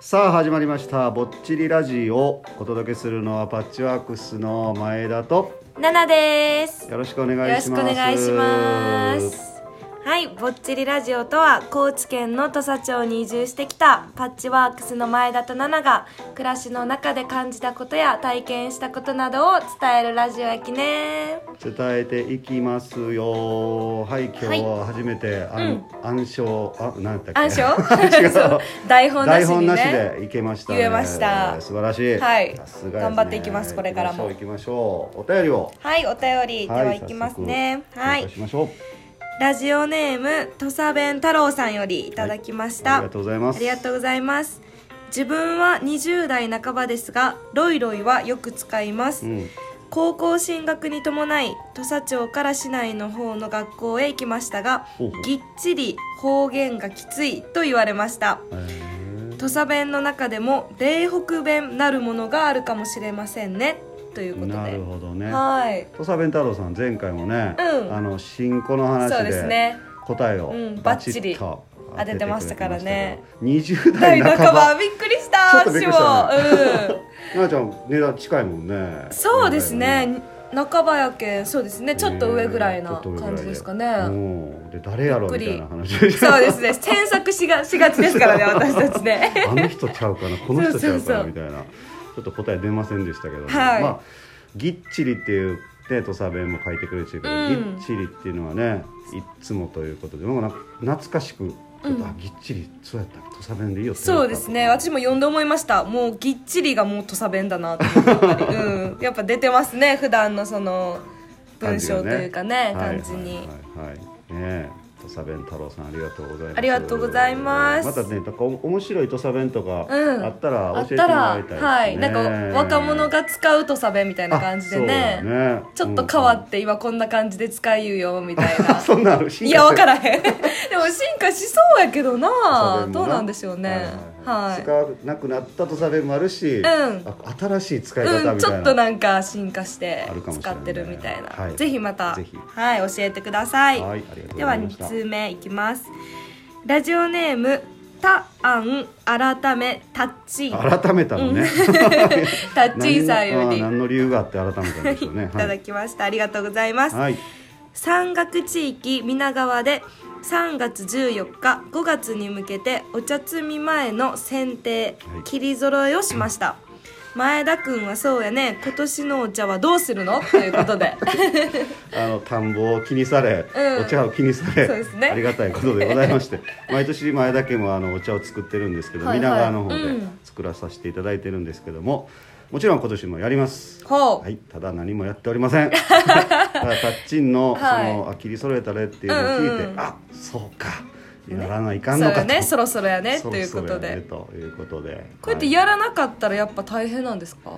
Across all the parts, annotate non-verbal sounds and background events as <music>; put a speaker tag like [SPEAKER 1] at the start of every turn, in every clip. [SPEAKER 1] さあ始まりました「ぼっちりラジオ」お届けするのはパッチワークスの前田と
[SPEAKER 2] ナナです。よ
[SPEAKER 1] よろしくお願
[SPEAKER 2] ろ
[SPEAKER 1] い
[SPEAKER 2] し
[SPEAKER 1] し
[SPEAKER 2] くお
[SPEAKER 1] ます
[SPEAKER 2] 願いします。はい、ぼっちりラジオとは高知県の土佐町に移住してきたパッチワークスの前田とナナが暮らしの中で感じたことや体験したことなどを伝えるラジオやきね。
[SPEAKER 1] 伝えていきますよはい今日は初めて暗暗唱あ何やったっけ
[SPEAKER 2] 暗唱
[SPEAKER 1] <laughs>
[SPEAKER 2] <laughs>
[SPEAKER 1] 違う
[SPEAKER 2] そう台本な
[SPEAKER 1] 台
[SPEAKER 2] し
[SPEAKER 1] 本
[SPEAKER 2] にね
[SPEAKER 1] なしでいけましたね
[SPEAKER 2] 言えました
[SPEAKER 1] 素晴らしい
[SPEAKER 2] はい
[SPEAKER 1] さすがですね
[SPEAKER 2] 頑張っていきますこれからも
[SPEAKER 1] 行きましょう行きましょうお便りを
[SPEAKER 2] はい、お便りではいきますね。は
[SPEAKER 1] はい早速紹
[SPEAKER 2] い
[SPEAKER 1] 介、しましょう、
[SPEAKER 2] ラジオネーム土佐弁太郎さんよりいただきまし
[SPEAKER 1] あり
[SPEAKER 2] た。
[SPEAKER 1] がとうございます
[SPEAKER 2] ありがとうございます。自分は20代半ばですが、ロイロイはよく使います。
[SPEAKER 1] うん
[SPEAKER 2] 高校進学に伴い、土佐町から市内の方の学校へ行きましたが
[SPEAKER 1] ほうほう、
[SPEAKER 2] ぎっちり方言がきついと言われました。
[SPEAKER 1] へー
[SPEAKER 2] 土佐弁の中でも、嶺北弁なるものがあるかもしれませんね。ということで。
[SPEAKER 1] なるほどね
[SPEAKER 2] はい。
[SPEAKER 1] 土佐弁太郎さん前回もね、
[SPEAKER 2] うん
[SPEAKER 1] あの新子の話
[SPEAKER 2] そう
[SPEAKER 1] で
[SPEAKER 2] です
[SPEAKER 1] <laughs>
[SPEAKER 2] ね
[SPEAKER 1] 答えを
[SPEAKER 2] うん
[SPEAKER 1] バチッと
[SPEAKER 2] バッチリ当ててくれてましたからね
[SPEAKER 1] 20代
[SPEAKER 2] 第
[SPEAKER 1] 半
[SPEAKER 2] 半
[SPEAKER 1] ば
[SPEAKER 2] ばびっくりした
[SPEAKER 1] <laughs> ちょっとびっくり
[SPEAKER 2] 私
[SPEAKER 1] したね <laughs>
[SPEAKER 2] も、うん
[SPEAKER 1] なあちゃん値段近いもんね
[SPEAKER 2] そうですね半ばやけんそうですねちょっと上ぐらいな感じですかね、
[SPEAKER 1] うんで誰やろ
[SPEAKER 2] び
[SPEAKER 1] み
[SPEAKER 2] っ
[SPEAKER 1] た
[SPEAKER 2] くり
[SPEAKER 1] いな話でしょ
[SPEAKER 2] そうですね詮索しがしがちですからね私たちね
[SPEAKER 1] <laughs> あの人ちゃうかなこの人ちゃう
[SPEAKER 2] そうそう
[SPEAKER 1] か
[SPEAKER 2] そ
[SPEAKER 1] な
[SPEAKER 2] う
[SPEAKER 1] みたいなちょっと答え出ませんでしたけど、
[SPEAKER 2] はい
[SPEAKER 1] まあぎっちりっていうね土佐弁も書いてくれてるけど、
[SPEAKER 2] うん
[SPEAKER 1] ぎっちりっていうのはねいっつもということでもうなんか懐かしくちょっと、あぎっちりそうやった土佐弁でいいよってなった
[SPEAKER 2] そうですね私も呼んで思いましたもうぎっちりがもう土佐弁だなと思って
[SPEAKER 1] <laughs>
[SPEAKER 2] やっぱり、うん、やっぱ出てますね普段のその文章というかね感じに、
[SPEAKER 1] はいはいはい、はい、ねえ土佐弁太郎さんありがとうございます
[SPEAKER 2] ありがとうございます
[SPEAKER 1] またねなんかお面白い土佐弁とか
[SPEAKER 2] うん
[SPEAKER 1] あったら
[SPEAKER 2] あ
[SPEAKER 1] 教え
[SPEAKER 2] って
[SPEAKER 1] も
[SPEAKER 2] た
[SPEAKER 1] ら
[SPEAKER 2] ら
[SPEAKER 1] いたいです、ね
[SPEAKER 2] はいなんか若者が使う土佐弁みたいな感じで
[SPEAKER 1] あ
[SPEAKER 2] ね
[SPEAKER 1] そうだね
[SPEAKER 2] ちょっと変わ
[SPEAKER 1] うん
[SPEAKER 2] って今こんな感じで使いゆうよみたい
[SPEAKER 1] <laughs>
[SPEAKER 2] な
[SPEAKER 1] そんなの進化してる
[SPEAKER 2] <laughs> いや分からへんでも進化しそうやけどなどうなんでしょうね
[SPEAKER 1] は
[SPEAKER 2] はい
[SPEAKER 1] い、使わなくなったとされもあるし、
[SPEAKER 2] ん
[SPEAKER 1] あ新しい使い方みたいな、
[SPEAKER 2] うん、ちょっとなんか進化して
[SPEAKER 1] あるかもしれ
[SPEAKER 2] 使
[SPEAKER 1] ない
[SPEAKER 2] ってるみたいな
[SPEAKER 1] はい
[SPEAKER 2] ぜひまた
[SPEAKER 1] ぜひ
[SPEAKER 2] はい、教えてください、
[SPEAKER 1] はいありがとうご
[SPEAKER 2] で
[SPEAKER 1] ざ
[SPEAKER 2] はい
[SPEAKER 1] ました
[SPEAKER 2] 2通目いきますラジオネームたあん改めたっちー
[SPEAKER 1] 改めたの
[SPEAKER 2] <laughs>
[SPEAKER 1] ね、
[SPEAKER 2] たっちーさんよ
[SPEAKER 1] 何
[SPEAKER 2] り
[SPEAKER 1] のあ何の理由があって改めたんでしょうね
[SPEAKER 2] <laughs> いただきました、ありがとうございます、
[SPEAKER 1] はい、はい、
[SPEAKER 2] 山岳地域皆川で3月14日5月に向けてお茶摘み前の剪定
[SPEAKER 1] はい
[SPEAKER 2] 切り揃えをしました前田君はそうやね今年のお茶はどうするのというこ
[SPEAKER 1] <laughs>
[SPEAKER 2] とで
[SPEAKER 1] あの田んぼを気にされ、
[SPEAKER 2] うん
[SPEAKER 1] お茶を気にされ、
[SPEAKER 2] そうですね
[SPEAKER 1] ありがたいことでございま
[SPEAKER 2] <laughs>
[SPEAKER 1] して毎年前だけもあのお茶を作ってるんですけど、
[SPEAKER 2] はいはい
[SPEAKER 1] 皆川の方で
[SPEAKER 2] うん
[SPEAKER 1] 作らさせていただいてるんですけどももちろん今年もやります
[SPEAKER 2] ほう、
[SPEAKER 1] はい、ただ何もやっておりませ
[SPEAKER 2] <laughs>
[SPEAKER 1] ん。ただタッチンの、
[SPEAKER 2] はい
[SPEAKER 1] そのあ切り揃えたねっていうのを聞いて、
[SPEAKER 2] うんうんうん
[SPEAKER 1] あ、そうか、やらないか
[SPEAKER 2] そ
[SPEAKER 1] ん
[SPEAKER 2] う
[SPEAKER 1] のかと。
[SPEAKER 2] やねそろそろやね
[SPEAKER 1] そ
[SPEAKER 2] と
[SPEAKER 1] ろ
[SPEAKER 2] いう
[SPEAKER 1] そ
[SPEAKER 2] こ
[SPEAKER 1] ろ
[SPEAKER 2] とで、
[SPEAKER 1] やねということで。
[SPEAKER 2] こうやって
[SPEAKER 1] は
[SPEAKER 2] や
[SPEAKER 1] い
[SPEAKER 2] らなかったらやっぱ大変なんですか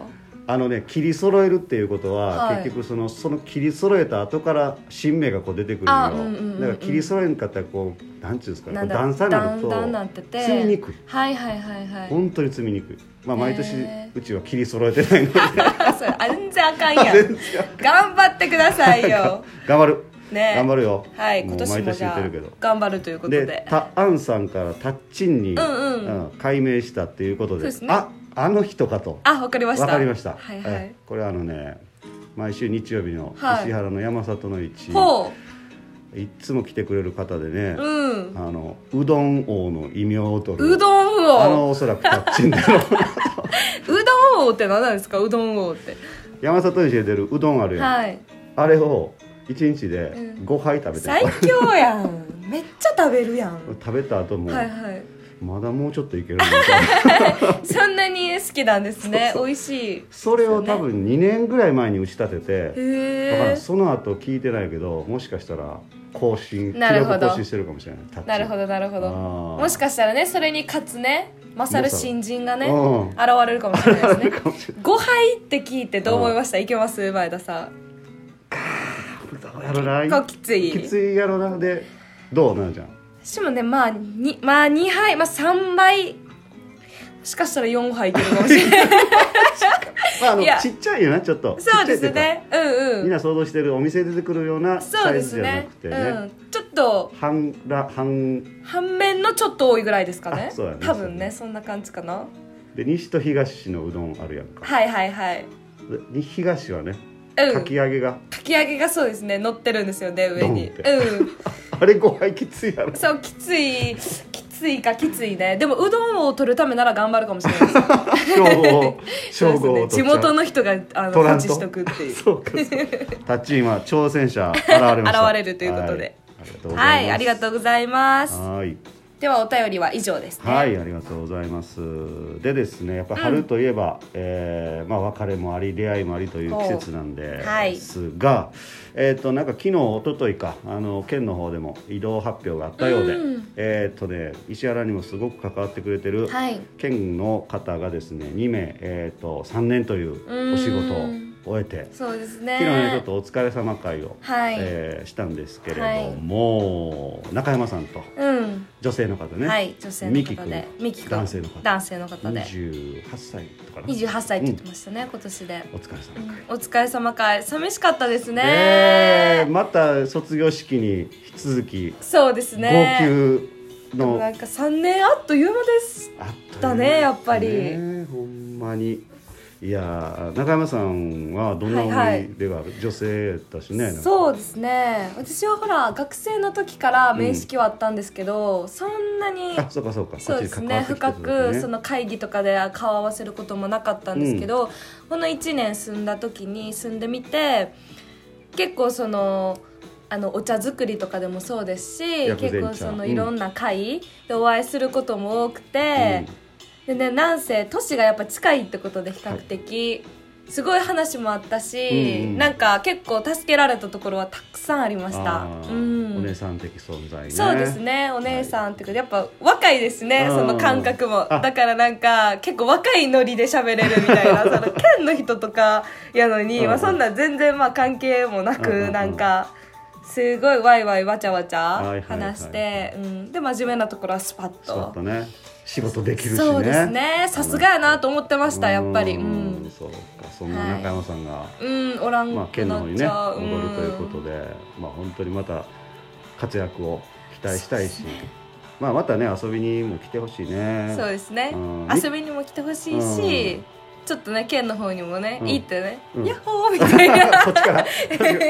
[SPEAKER 1] あのね、切り揃えるっていうことは、
[SPEAKER 2] はい
[SPEAKER 1] 結局そのその切り揃えた後から新芽がこう出てくる
[SPEAKER 2] あ
[SPEAKER 1] の
[SPEAKER 2] うんうんうんう
[SPEAKER 1] よ。
[SPEAKER 2] ん
[SPEAKER 1] だから切り揃えんかったらこうなんちゅうんですか、こ
[SPEAKER 2] な
[SPEAKER 1] うん
[SPEAKER 2] だ
[SPEAKER 1] 段差になると
[SPEAKER 2] 段々なってて
[SPEAKER 1] 摘みにくい。
[SPEAKER 2] はいはいはいはい
[SPEAKER 1] 本当に摘みにくい。まあ毎年
[SPEAKER 2] へー
[SPEAKER 1] うちは切り揃えてないので
[SPEAKER 2] <laughs> それあ全然あかんやん
[SPEAKER 1] <laughs> 全然
[SPEAKER 2] 頑張ってくださいよ
[SPEAKER 1] 頑張る。
[SPEAKER 2] ね
[SPEAKER 1] 頑張るよ。
[SPEAKER 2] はい、
[SPEAKER 1] も
[SPEAKER 2] 今
[SPEAKER 1] う
[SPEAKER 2] 年
[SPEAKER 1] 毎
[SPEAKER 2] も
[SPEAKER 1] 年
[SPEAKER 2] じ
[SPEAKER 1] 言っ
[SPEAKER 2] ゃ
[SPEAKER 1] てるけど
[SPEAKER 2] あ。頑張るということで
[SPEAKER 1] でタアンさんからタッチンに、
[SPEAKER 2] うんうん
[SPEAKER 1] うん改名したっていうことで
[SPEAKER 2] そうですね
[SPEAKER 1] ああの人かと
[SPEAKER 2] あ、わかりました
[SPEAKER 1] わかりました、
[SPEAKER 2] はいは
[SPEAKER 1] え
[SPEAKER 2] い
[SPEAKER 1] これあのね毎週日曜日の
[SPEAKER 2] はい
[SPEAKER 1] 石原の山里の市、
[SPEAKER 2] ほ
[SPEAKER 1] い、っつも来てくれる方でね
[SPEAKER 2] う、、うん
[SPEAKER 1] あのうどん王の異名を取る
[SPEAKER 2] うどん
[SPEAKER 1] あ
[SPEAKER 2] 王
[SPEAKER 1] のおそらくタッチンだ
[SPEAKER 2] <laughs>
[SPEAKER 1] ろう
[SPEAKER 2] うどん王って何なんですかうどん王って
[SPEAKER 1] 山里市で出るうどんあるやん、
[SPEAKER 2] はい
[SPEAKER 1] あれを1日で
[SPEAKER 2] うん
[SPEAKER 1] 5杯食べてる、
[SPEAKER 2] 最強やん <laughs> めっちゃ食べるやんは
[SPEAKER 1] 食べた後も、
[SPEAKER 2] いはい
[SPEAKER 1] まだもうちょっとい
[SPEAKER 2] <laughs>
[SPEAKER 1] けるなみたいな
[SPEAKER 2] そんなに好きなんですね美味しい
[SPEAKER 1] <laughs> それを多分2年ぐらい前に打ち立てて、だからん
[SPEAKER 2] へえ
[SPEAKER 1] その後聞いてないけどもしかしたら更新記
[SPEAKER 2] なるほ
[SPEAKER 1] 録
[SPEAKER 2] ど
[SPEAKER 1] 更新してるかもしれないタッチ
[SPEAKER 2] なるほどなるほど
[SPEAKER 1] あー
[SPEAKER 2] もしかしたらねそれに勝つね勝る新人がね
[SPEAKER 1] うん
[SPEAKER 2] 現れるかもしれない
[SPEAKER 1] <laughs>
[SPEAKER 2] ですね
[SPEAKER 1] かもしれ
[SPEAKER 2] 5杯って聞いてどう思いましたいけます前田さん
[SPEAKER 1] ないどうやろな
[SPEAKER 2] 結構きつい
[SPEAKER 1] きついやろなでどうなんじゃん
[SPEAKER 2] しもねまあにまあ2杯まあ3杯しかしたら4杯いけるかもし
[SPEAKER 1] <laughs>
[SPEAKER 2] れない
[SPEAKER 1] まああの
[SPEAKER 2] いや
[SPEAKER 1] ちっちゃいよねちょっと
[SPEAKER 2] そうで
[SPEAKER 1] ち
[SPEAKER 2] す
[SPEAKER 1] っちゃいってい
[SPEAKER 2] ねう
[SPEAKER 1] うんか
[SPEAKER 2] う
[SPEAKER 1] みん
[SPEAKER 2] ん
[SPEAKER 1] な想像してるお店で出てくるような
[SPEAKER 2] そ
[SPEAKER 1] サ
[SPEAKER 2] うで
[SPEAKER 1] イズ
[SPEAKER 2] す
[SPEAKER 1] じゃな
[SPEAKER 2] ね
[SPEAKER 1] くてね
[SPEAKER 2] うん、ちょっと
[SPEAKER 1] 半ら半
[SPEAKER 2] 半面のちょっと多いぐらいですかね
[SPEAKER 1] あそうだね
[SPEAKER 2] 多分ね
[SPEAKER 1] そ
[SPEAKER 2] そんな感じかな
[SPEAKER 1] で西と東のうどんあるやんか、
[SPEAKER 2] はいはいはい
[SPEAKER 1] で東はね
[SPEAKER 2] うん
[SPEAKER 1] かき揚げが、
[SPEAKER 2] かき揚げがそうですね乗ってるんですよね上に
[SPEAKER 1] ドンって
[SPEAKER 2] うん
[SPEAKER 1] あれご飯きついやろ
[SPEAKER 2] そうきついきついかきついねでもうどんを取るためなら頑張るかもしれない
[SPEAKER 1] <laughs>
[SPEAKER 2] です
[SPEAKER 1] 称
[SPEAKER 2] <laughs>
[SPEAKER 1] 号称
[SPEAKER 2] そう
[SPEAKER 1] 号を
[SPEAKER 2] ですね地元
[SPEAKER 1] の
[SPEAKER 2] の人があの
[SPEAKER 1] 取ら
[SPEAKER 2] 保
[SPEAKER 1] ん
[SPEAKER 2] 持
[SPEAKER 1] と
[SPEAKER 2] しとくっていう
[SPEAKER 1] そうかそうタッチ今挑戦者現れました
[SPEAKER 2] 現れるということで
[SPEAKER 1] はい、ありがとうございます
[SPEAKER 2] はいありがとうございます
[SPEAKER 1] はい
[SPEAKER 2] ではお便りは以上ですね
[SPEAKER 1] はい、ありがとうございます。でですね、やっぱり春といえば、えーまあ別れもあり出会いもありという季節なんで
[SPEAKER 2] ほうはい
[SPEAKER 1] すが、えっ、となんか昨日一昨日かあの県の方でも移動発表があったようで、
[SPEAKER 2] うん
[SPEAKER 1] えっ、とね石原にもすごく関わってくれてる
[SPEAKER 2] はい
[SPEAKER 1] 県の方がですね、2名えっ、と3年というお仕事を終えて。
[SPEAKER 2] そうです
[SPEAKER 1] 昨日ねちょっ
[SPEAKER 2] ね
[SPEAKER 1] とお疲れ様会を、
[SPEAKER 2] はい
[SPEAKER 1] えーしたんですけれども、中山さんと
[SPEAKER 2] うん
[SPEAKER 1] 女性の方ね、
[SPEAKER 2] はい女性の方で
[SPEAKER 1] ミ
[SPEAKER 2] ミ
[SPEAKER 1] キ
[SPEAKER 2] キ
[SPEAKER 1] 君
[SPEAKER 2] 君
[SPEAKER 1] 男性の方
[SPEAKER 2] 男性の方で
[SPEAKER 1] 28歳とかな
[SPEAKER 2] 28歳って言ってましたね今年で
[SPEAKER 1] お疲れ様か
[SPEAKER 2] お疲れ様会寂しかったですね
[SPEAKER 1] えまた卒業式に引き続き
[SPEAKER 2] そうです
[SPEAKER 1] 号
[SPEAKER 2] ね
[SPEAKER 1] 泣
[SPEAKER 2] でも
[SPEAKER 1] の
[SPEAKER 2] なんか3年あっという間です
[SPEAKER 1] あったよ
[SPEAKER 2] だねやっぱり
[SPEAKER 1] ねほんまにいやー中山さんはどんな思い出がある女性だしね
[SPEAKER 2] そうですね私はほら学生の時から面識はあったんです
[SPEAKER 1] <laughs>
[SPEAKER 2] けど、そんなに
[SPEAKER 1] なんかあそうかそうかこっち
[SPEAKER 2] そうですね
[SPEAKER 1] に関わ
[SPEAKER 2] 深
[SPEAKER 1] ってきてたんで
[SPEAKER 2] く
[SPEAKER 1] す
[SPEAKER 2] そ
[SPEAKER 1] ね
[SPEAKER 2] の会議とかで顔を合わせることもなかったんですけど、この1年住んだ時に住んでみて結構その。あのお茶作りとかでもそうですし
[SPEAKER 1] 薬
[SPEAKER 2] 結
[SPEAKER 1] 膳茶
[SPEAKER 2] 構その
[SPEAKER 1] うん
[SPEAKER 2] いろんな会でお会いすることも多くて、でねなんせ都市がやっぱ近いってことで比較的、すごい話もあったし、
[SPEAKER 1] うんうん
[SPEAKER 2] なんか結構助けられたところはたくさんありま
[SPEAKER 1] うん
[SPEAKER 2] した
[SPEAKER 1] あー
[SPEAKER 2] うん
[SPEAKER 1] お姉さん的存在ね
[SPEAKER 2] そうですねお姉さんっていうかやっぱ若いですね、
[SPEAKER 1] うん
[SPEAKER 2] その感覚も
[SPEAKER 1] あ
[SPEAKER 2] だからなんか結構若いノリで喋れるみた
[SPEAKER 1] <laughs>
[SPEAKER 2] いなその県の人とかやのに、
[SPEAKER 1] うん
[SPEAKER 2] まあ、そんな全然まあ関係もな
[SPEAKER 1] うんうん
[SPEAKER 2] く、
[SPEAKER 1] うん
[SPEAKER 2] なんかすごいワイワイわちゃわち
[SPEAKER 1] いはいはい
[SPEAKER 2] ゃ話して、うん、で真面目なところはスパッと
[SPEAKER 1] そうだったね仕事できるしね
[SPEAKER 2] そうですねさすがやなと思ってましたやっぱりう
[SPEAKER 1] うん
[SPEAKER 2] ん、
[SPEAKER 1] そうかそんな中山さんが、
[SPEAKER 2] うん、おらん
[SPEAKER 1] まあ、
[SPEAKER 2] く
[SPEAKER 1] 県の
[SPEAKER 2] な
[SPEAKER 1] 方
[SPEAKER 2] っ
[SPEAKER 1] に
[SPEAKER 2] ち
[SPEAKER 1] ね
[SPEAKER 2] ゃう、
[SPEAKER 1] 戻るというこ
[SPEAKER 2] う
[SPEAKER 1] と
[SPEAKER 2] ん
[SPEAKER 1] で、まあ、本当にまた活躍を期待したいし、まあ、またね遊びにも来てほしいね
[SPEAKER 2] そうですね
[SPEAKER 1] うん
[SPEAKER 2] 遊びにも来てほしい
[SPEAKER 1] う
[SPEAKER 2] し、
[SPEAKER 1] ん
[SPEAKER 2] ちょっとね県の方にもね、
[SPEAKER 1] うん
[SPEAKER 2] いいってね、
[SPEAKER 1] うん
[SPEAKER 2] ヤッホーみたい
[SPEAKER 1] <laughs>
[SPEAKER 2] な
[SPEAKER 1] こっち
[SPEAKER 2] <laughs>
[SPEAKER 1] から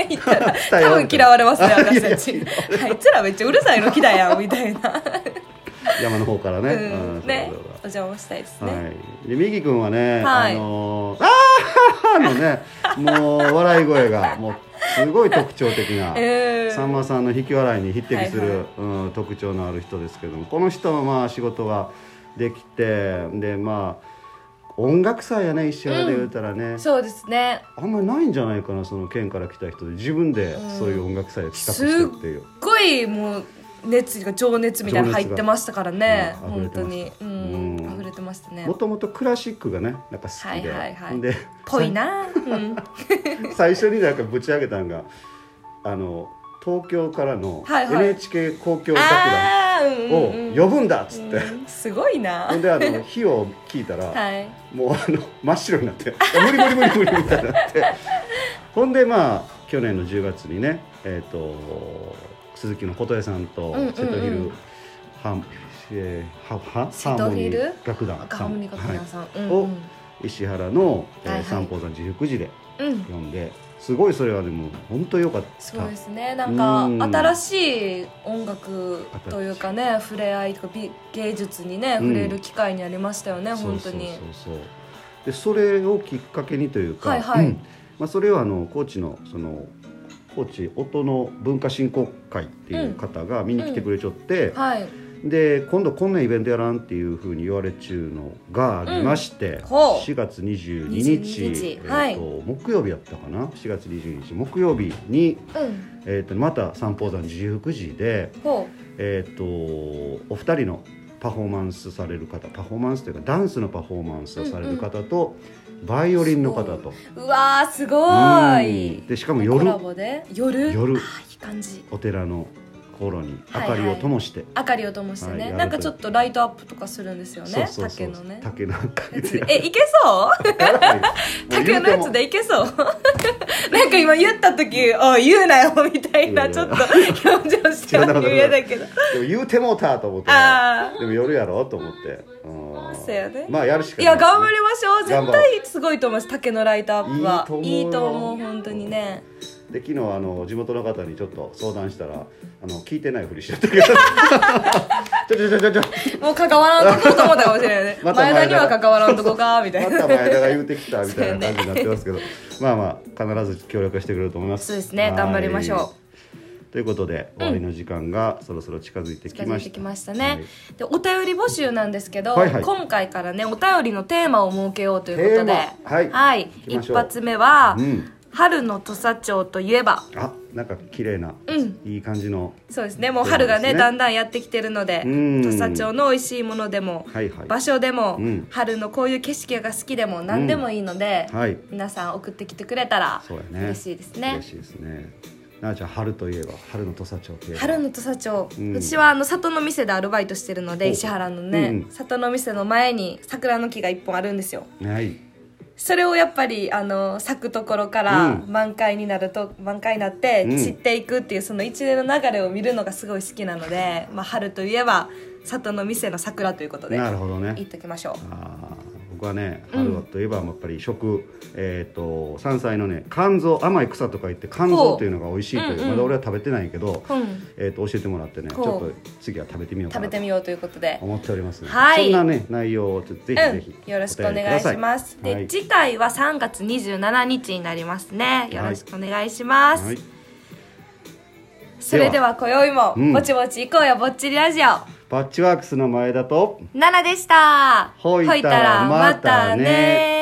[SPEAKER 2] 言っ
[SPEAKER 1] <laughs>
[SPEAKER 2] たら
[SPEAKER 1] 来たよ
[SPEAKER 2] 多分嫌われます
[SPEAKER 1] <laughs>
[SPEAKER 2] ね
[SPEAKER 1] あいやい
[SPEAKER 2] 私
[SPEAKER 1] や
[SPEAKER 2] たちあいつらめっちゃうるさいの来たやんみたいな、
[SPEAKER 1] 山の方から
[SPEAKER 2] う
[SPEAKER 1] ね, <laughs> うん、
[SPEAKER 2] ん、ね
[SPEAKER 1] そう
[SPEAKER 2] お
[SPEAKER 1] だそう
[SPEAKER 2] 邪魔したいです
[SPEAKER 1] だ
[SPEAKER 2] ね、
[SPEAKER 1] はい、で右君はね、
[SPEAKER 2] はい
[SPEAKER 1] あのー、あーのね
[SPEAKER 2] <laughs>
[SPEAKER 1] もう笑い声がもうすごい特徴的な、
[SPEAKER 2] うん
[SPEAKER 1] さんまさんの引き笑いに匹敵する、
[SPEAKER 2] はいは
[SPEAKER 1] うん、特徴のある人ですけどもこの人のまあ仕事ができてでまあ音楽祭やね一緒で言うたらね、
[SPEAKER 2] そうですね
[SPEAKER 1] あんまりないんじゃないかなその県から来た人で自分で
[SPEAKER 2] うん
[SPEAKER 1] そういう音楽祭を企画してっていう。
[SPEAKER 2] すっごいもう熱が情熱みたいなの入ってましたからね、
[SPEAKER 1] 情
[SPEAKER 2] 本
[SPEAKER 1] 熱が
[SPEAKER 2] 当
[SPEAKER 1] うん
[SPEAKER 2] に、う、
[SPEAKER 1] うんん
[SPEAKER 2] 溢れてましたね
[SPEAKER 1] もともとクラシックがねなんか好きで、
[SPEAKER 2] はいはいはい
[SPEAKER 1] で
[SPEAKER 2] ぽ
[SPEAKER 1] <laughs>
[SPEAKER 2] いな、うん、
[SPEAKER 1] 最初になんかぶち上げたのがあの東京からの
[SPEAKER 2] はいはい
[SPEAKER 1] NHK 交響楽団
[SPEAKER 2] あーうん
[SPEAKER 1] を
[SPEAKER 2] うんうん
[SPEAKER 1] 呼ぶんだっつって、
[SPEAKER 2] うんすごいな
[SPEAKER 1] ほんであの火を聞いたら、
[SPEAKER 2] はい
[SPEAKER 1] もうあの真っ白になって「無理無理無理無理」みたいにな
[SPEAKER 2] <laughs>
[SPEAKER 1] ってほんでまあ去年の10月にねえっ、と鈴木の琴恵さんと
[SPEAKER 2] うんうんうん
[SPEAKER 1] 瀬戸ヒルハンえーはは
[SPEAKER 2] 瀬戸ヒル
[SPEAKER 1] ハーモニー楽団
[SPEAKER 2] 赤ハムニカピア
[SPEAKER 1] は
[SPEAKER 2] さん、うん
[SPEAKER 1] をい石原の、えー
[SPEAKER 2] はいはい
[SPEAKER 1] 三宝山自福寺で
[SPEAKER 2] うん、うん、
[SPEAKER 1] 読んですごいそれはでも本当良かった
[SPEAKER 2] そうですねなんか
[SPEAKER 1] うん
[SPEAKER 2] 新しい音楽というかね触れ合いとか美芸術にね
[SPEAKER 1] うん
[SPEAKER 2] 触れる機会にありましたよね、本当
[SPEAKER 1] そうそ
[SPEAKER 2] に
[SPEAKER 1] うそうそうでそれをきっかけにというか、
[SPEAKER 2] はいはい
[SPEAKER 1] うんまあ、それはあの高知のその高知音の文化振興会っていう方が見に来てくれちょって、
[SPEAKER 2] はい
[SPEAKER 1] で今度こんなイベントやらんっていうふうに言われちゅうのがありまして、
[SPEAKER 2] んほう
[SPEAKER 1] 4月22
[SPEAKER 2] 22
[SPEAKER 1] 日
[SPEAKER 2] 日はい
[SPEAKER 1] えーと木曜日やったかな4月22日木曜日に、
[SPEAKER 2] うん
[SPEAKER 1] えー、とまた三宝山自由福寺で、
[SPEAKER 2] ほ
[SPEAKER 1] えー、とお二人のパフォーマンスされる方パフォーマンスというかダンスのパフォーマンスをされる方と、バイオリンの方と
[SPEAKER 2] ううわーすごー
[SPEAKER 1] うん
[SPEAKER 2] い
[SPEAKER 1] でしかも夜
[SPEAKER 2] コラボで夜
[SPEAKER 1] 夜
[SPEAKER 2] あーいい感じ
[SPEAKER 1] お寺の頃に明
[SPEAKER 2] はい
[SPEAKER 1] かりを灯して、
[SPEAKER 2] 明かりを灯してね、
[SPEAKER 1] はい
[SPEAKER 2] なんかちょっとライトアップとかするんですよね
[SPEAKER 1] そうそうそう
[SPEAKER 2] 竹のね
[SPEAKER 1] 竹なんか
[SPEAKER 2] やつ
[SPEAKER 1] で
[SPEAKER 2] でえいけそう
[SPEAKER 1] やらない
[SPEAKER 2] <laughs> 竹のやつ
[SPEAKER 1] で
[SPEAKER 2] でいけそう <laughs> なんか今言った時「おい言うなよ」みた
[SPEAKER 1] い
[SPEAKER 2] い
[SPEAKER 1] やい
[SPEAKER 2] な
[SPEAKER 1] や
[SPEAKER 2] ちょっと表情して
[SPEAKER 1] 違う違う違う
[SPEAKER 2] 嫌だけど
[SPEAKER 1] も言うてもうたと思って
[SPEAKER 2] あ
[SPEAKER 1] でも夜やろと思ってうん
[SPEAKER 2] そうやね
[SPEAKER 1] まあやるしか
[SPEAKER 2] い
[SPEAKER 1] ない
[SPEAKER 2] や頑張りましょ
[SPEAKER 1] 頑
[SPEAKER 2] う絶
[SPEAKER 1] 張ろう
[SPEAKER 2] 対すごいと思います竹のライトアップはい
[SPEAKER 1] いと思うよ
[SPEAKER 2] いいと思う本当にね
[SPEAKER 1] で昨日あの地元の方にちょっと相談したらあの聞いてないふりしちゃった
[SPEAKER 2] <laughs>
[SPEAKER 1] けどちょちょちょちょちょ
[SPEAKER 2] もう関わらんとこうと思ったかもしれないね <laughs>
[SPEAKER 1] また
[SPEAKER 2] 前
[SPEAKER 1] 前田
[SPEAKER 2] 田には関わらんとこかみたい
[SPEAKER 1] ま
[SPEAKER 2] <laughs> な
[SPEAKER 1] た前田が言うてきたみたいな感じになってますけど、まあまあ必ず協力はしてくれると思います
[SPEAKER 2] そうですね
[SPEAKER 1] はい
[SPEAKER 2] 頑張りましょ
[SPEAKER 1] ということで終わりの時間がそろそろ近づいて
[SPEAKER 2] 近
[SPEAKER 1] き
[SPEAKER 2] づ
[SPEAKER 1] ま
[SPEAKER 2] いて
[SPEAKER 1] し
[SPEAKER 2] き
[SPEAKER 1] た、
[SPEAKER 2] ましたね、でお便り募集なんですけど、
[SPEAKER 1] はいはい
[SPEAKER 2] 今回からねお便りのテーマを設けようということで
[SPEAKER 1] テーマはい行きまし
[SPEAKER 2] 一
[SPEAKER 1] ょう
[SPEAKER 2] 発目は、
[SPEAKER 1] うん
[SPEAKER 2] 春の土佐町といえば」
[SPEAKER 1] あなんか綺麗な、
[SPEAKER 2] うん
[SPEAKER 1] いい感じの
[SPEAKER 2] そうですねもう春が
[SPEAKER 1] そうで
[SPEAKER 2] ね
[SPEAKER 1] すね
[SPEAKER 2] だんだんやってきてるので
[SPEAKER 1] うん
[SPEAKER 2] 土佐町の美味しいものでも、
[SPEAKER 1] はいはい
[SPEAKER 2] 場所でも、
[SPEAKER 1] うん
[SPEAKER 2] 春のこういう景色が好きでも何でもいいので、
[SPEAKER 1] はい
[SPEAKER 2] 皆さん送ってきてくれたら
[SPEAKER 1] そうやね
[SPEAKER 2] 嬉しいですね
[SPEAKER 1] 嬉しいですねなあちゃん春といえば春の土佐町といえば
[SPEAKER 2] 春の土佐町、
[SPEAKER 1] うん
[SPEAKER 2] 私はあの里の店でアルバイトしてるので
[SPEAKER 1] お
[SPEAKER 2] 石原のね、
[SPEAKER 1] うんうん
[SPEAKER 2] 里の店の前に桜の木が一本あるんですよ
[SPEAKER 1] はい
[SPEAKER 2] それをやっぱりあの咲くところから
[SPEAKER 1] うん
[SPEAKER 2] 満開になると、満開になって
[SPEAKER 1] うん
[SPEAKER 2] 散っていくっていうその一連の流れを見るのがすごい好きなので、まあ、春といえば里の店の桜ということで
[SPEAKER 1] なるほど
[SPEAKER 2] 言っ
[SPEAKER 1] ね
[SPEAKER 2] ときましょ
[SPEAKER 1] あー僕はね
[SPEAKER 2] うん
[SPEAKER 1] 春といえばやっぱり食、えっ、と山菜のね肝臓甘い草とか言って肝
[SPEAKER 2] ほう
[SPEAKER 1] 臓というのが美味しいという、
[SPEAKER 2] うんうん
[SPEAKER 1] まだ俺は食べてないけど、
[SPEAKER 2] う、うん、
[SPEAKER 1] えー、と教えてもらってねち
[SPEAKER 2] ほ
[SPEAKER 1] ょ
[SPEAKER 2] う
[SPEAKER 1] っと次は食べてみようか
[SPEAKER 2] 食べ
[SPEAKER 1] なと
[SPEAKER 2] てみようということで
[SPEAKER 1] 思っておりますので、
[SPEAKER 2] はい
[SPEAKER 1] そんなね内容をちょっとぜひぜひ、
[SPEAKER 2] うん、よろしくお願いします
[SPEAKER 1] お
[SPEAKER 2] で、
[SPEAKER 1] 便りください
[SPEAKER 2] 次回は3月27日になりますねよろしくお願いします、
[SPEAKER 1] はい、はい
[SPEAKER 2] それでは今宵も
[SPEAKER 1] うん
[SPEAKER 2] ぼちぼち行こうよぼっちりラジオ
[SPEAKER 1] パッチワークスの前田と
[SPEAKER 2] ナナでした
[SPEAKER 1] ほいたらまたね
[SPEAKER 2] ほいたらまたね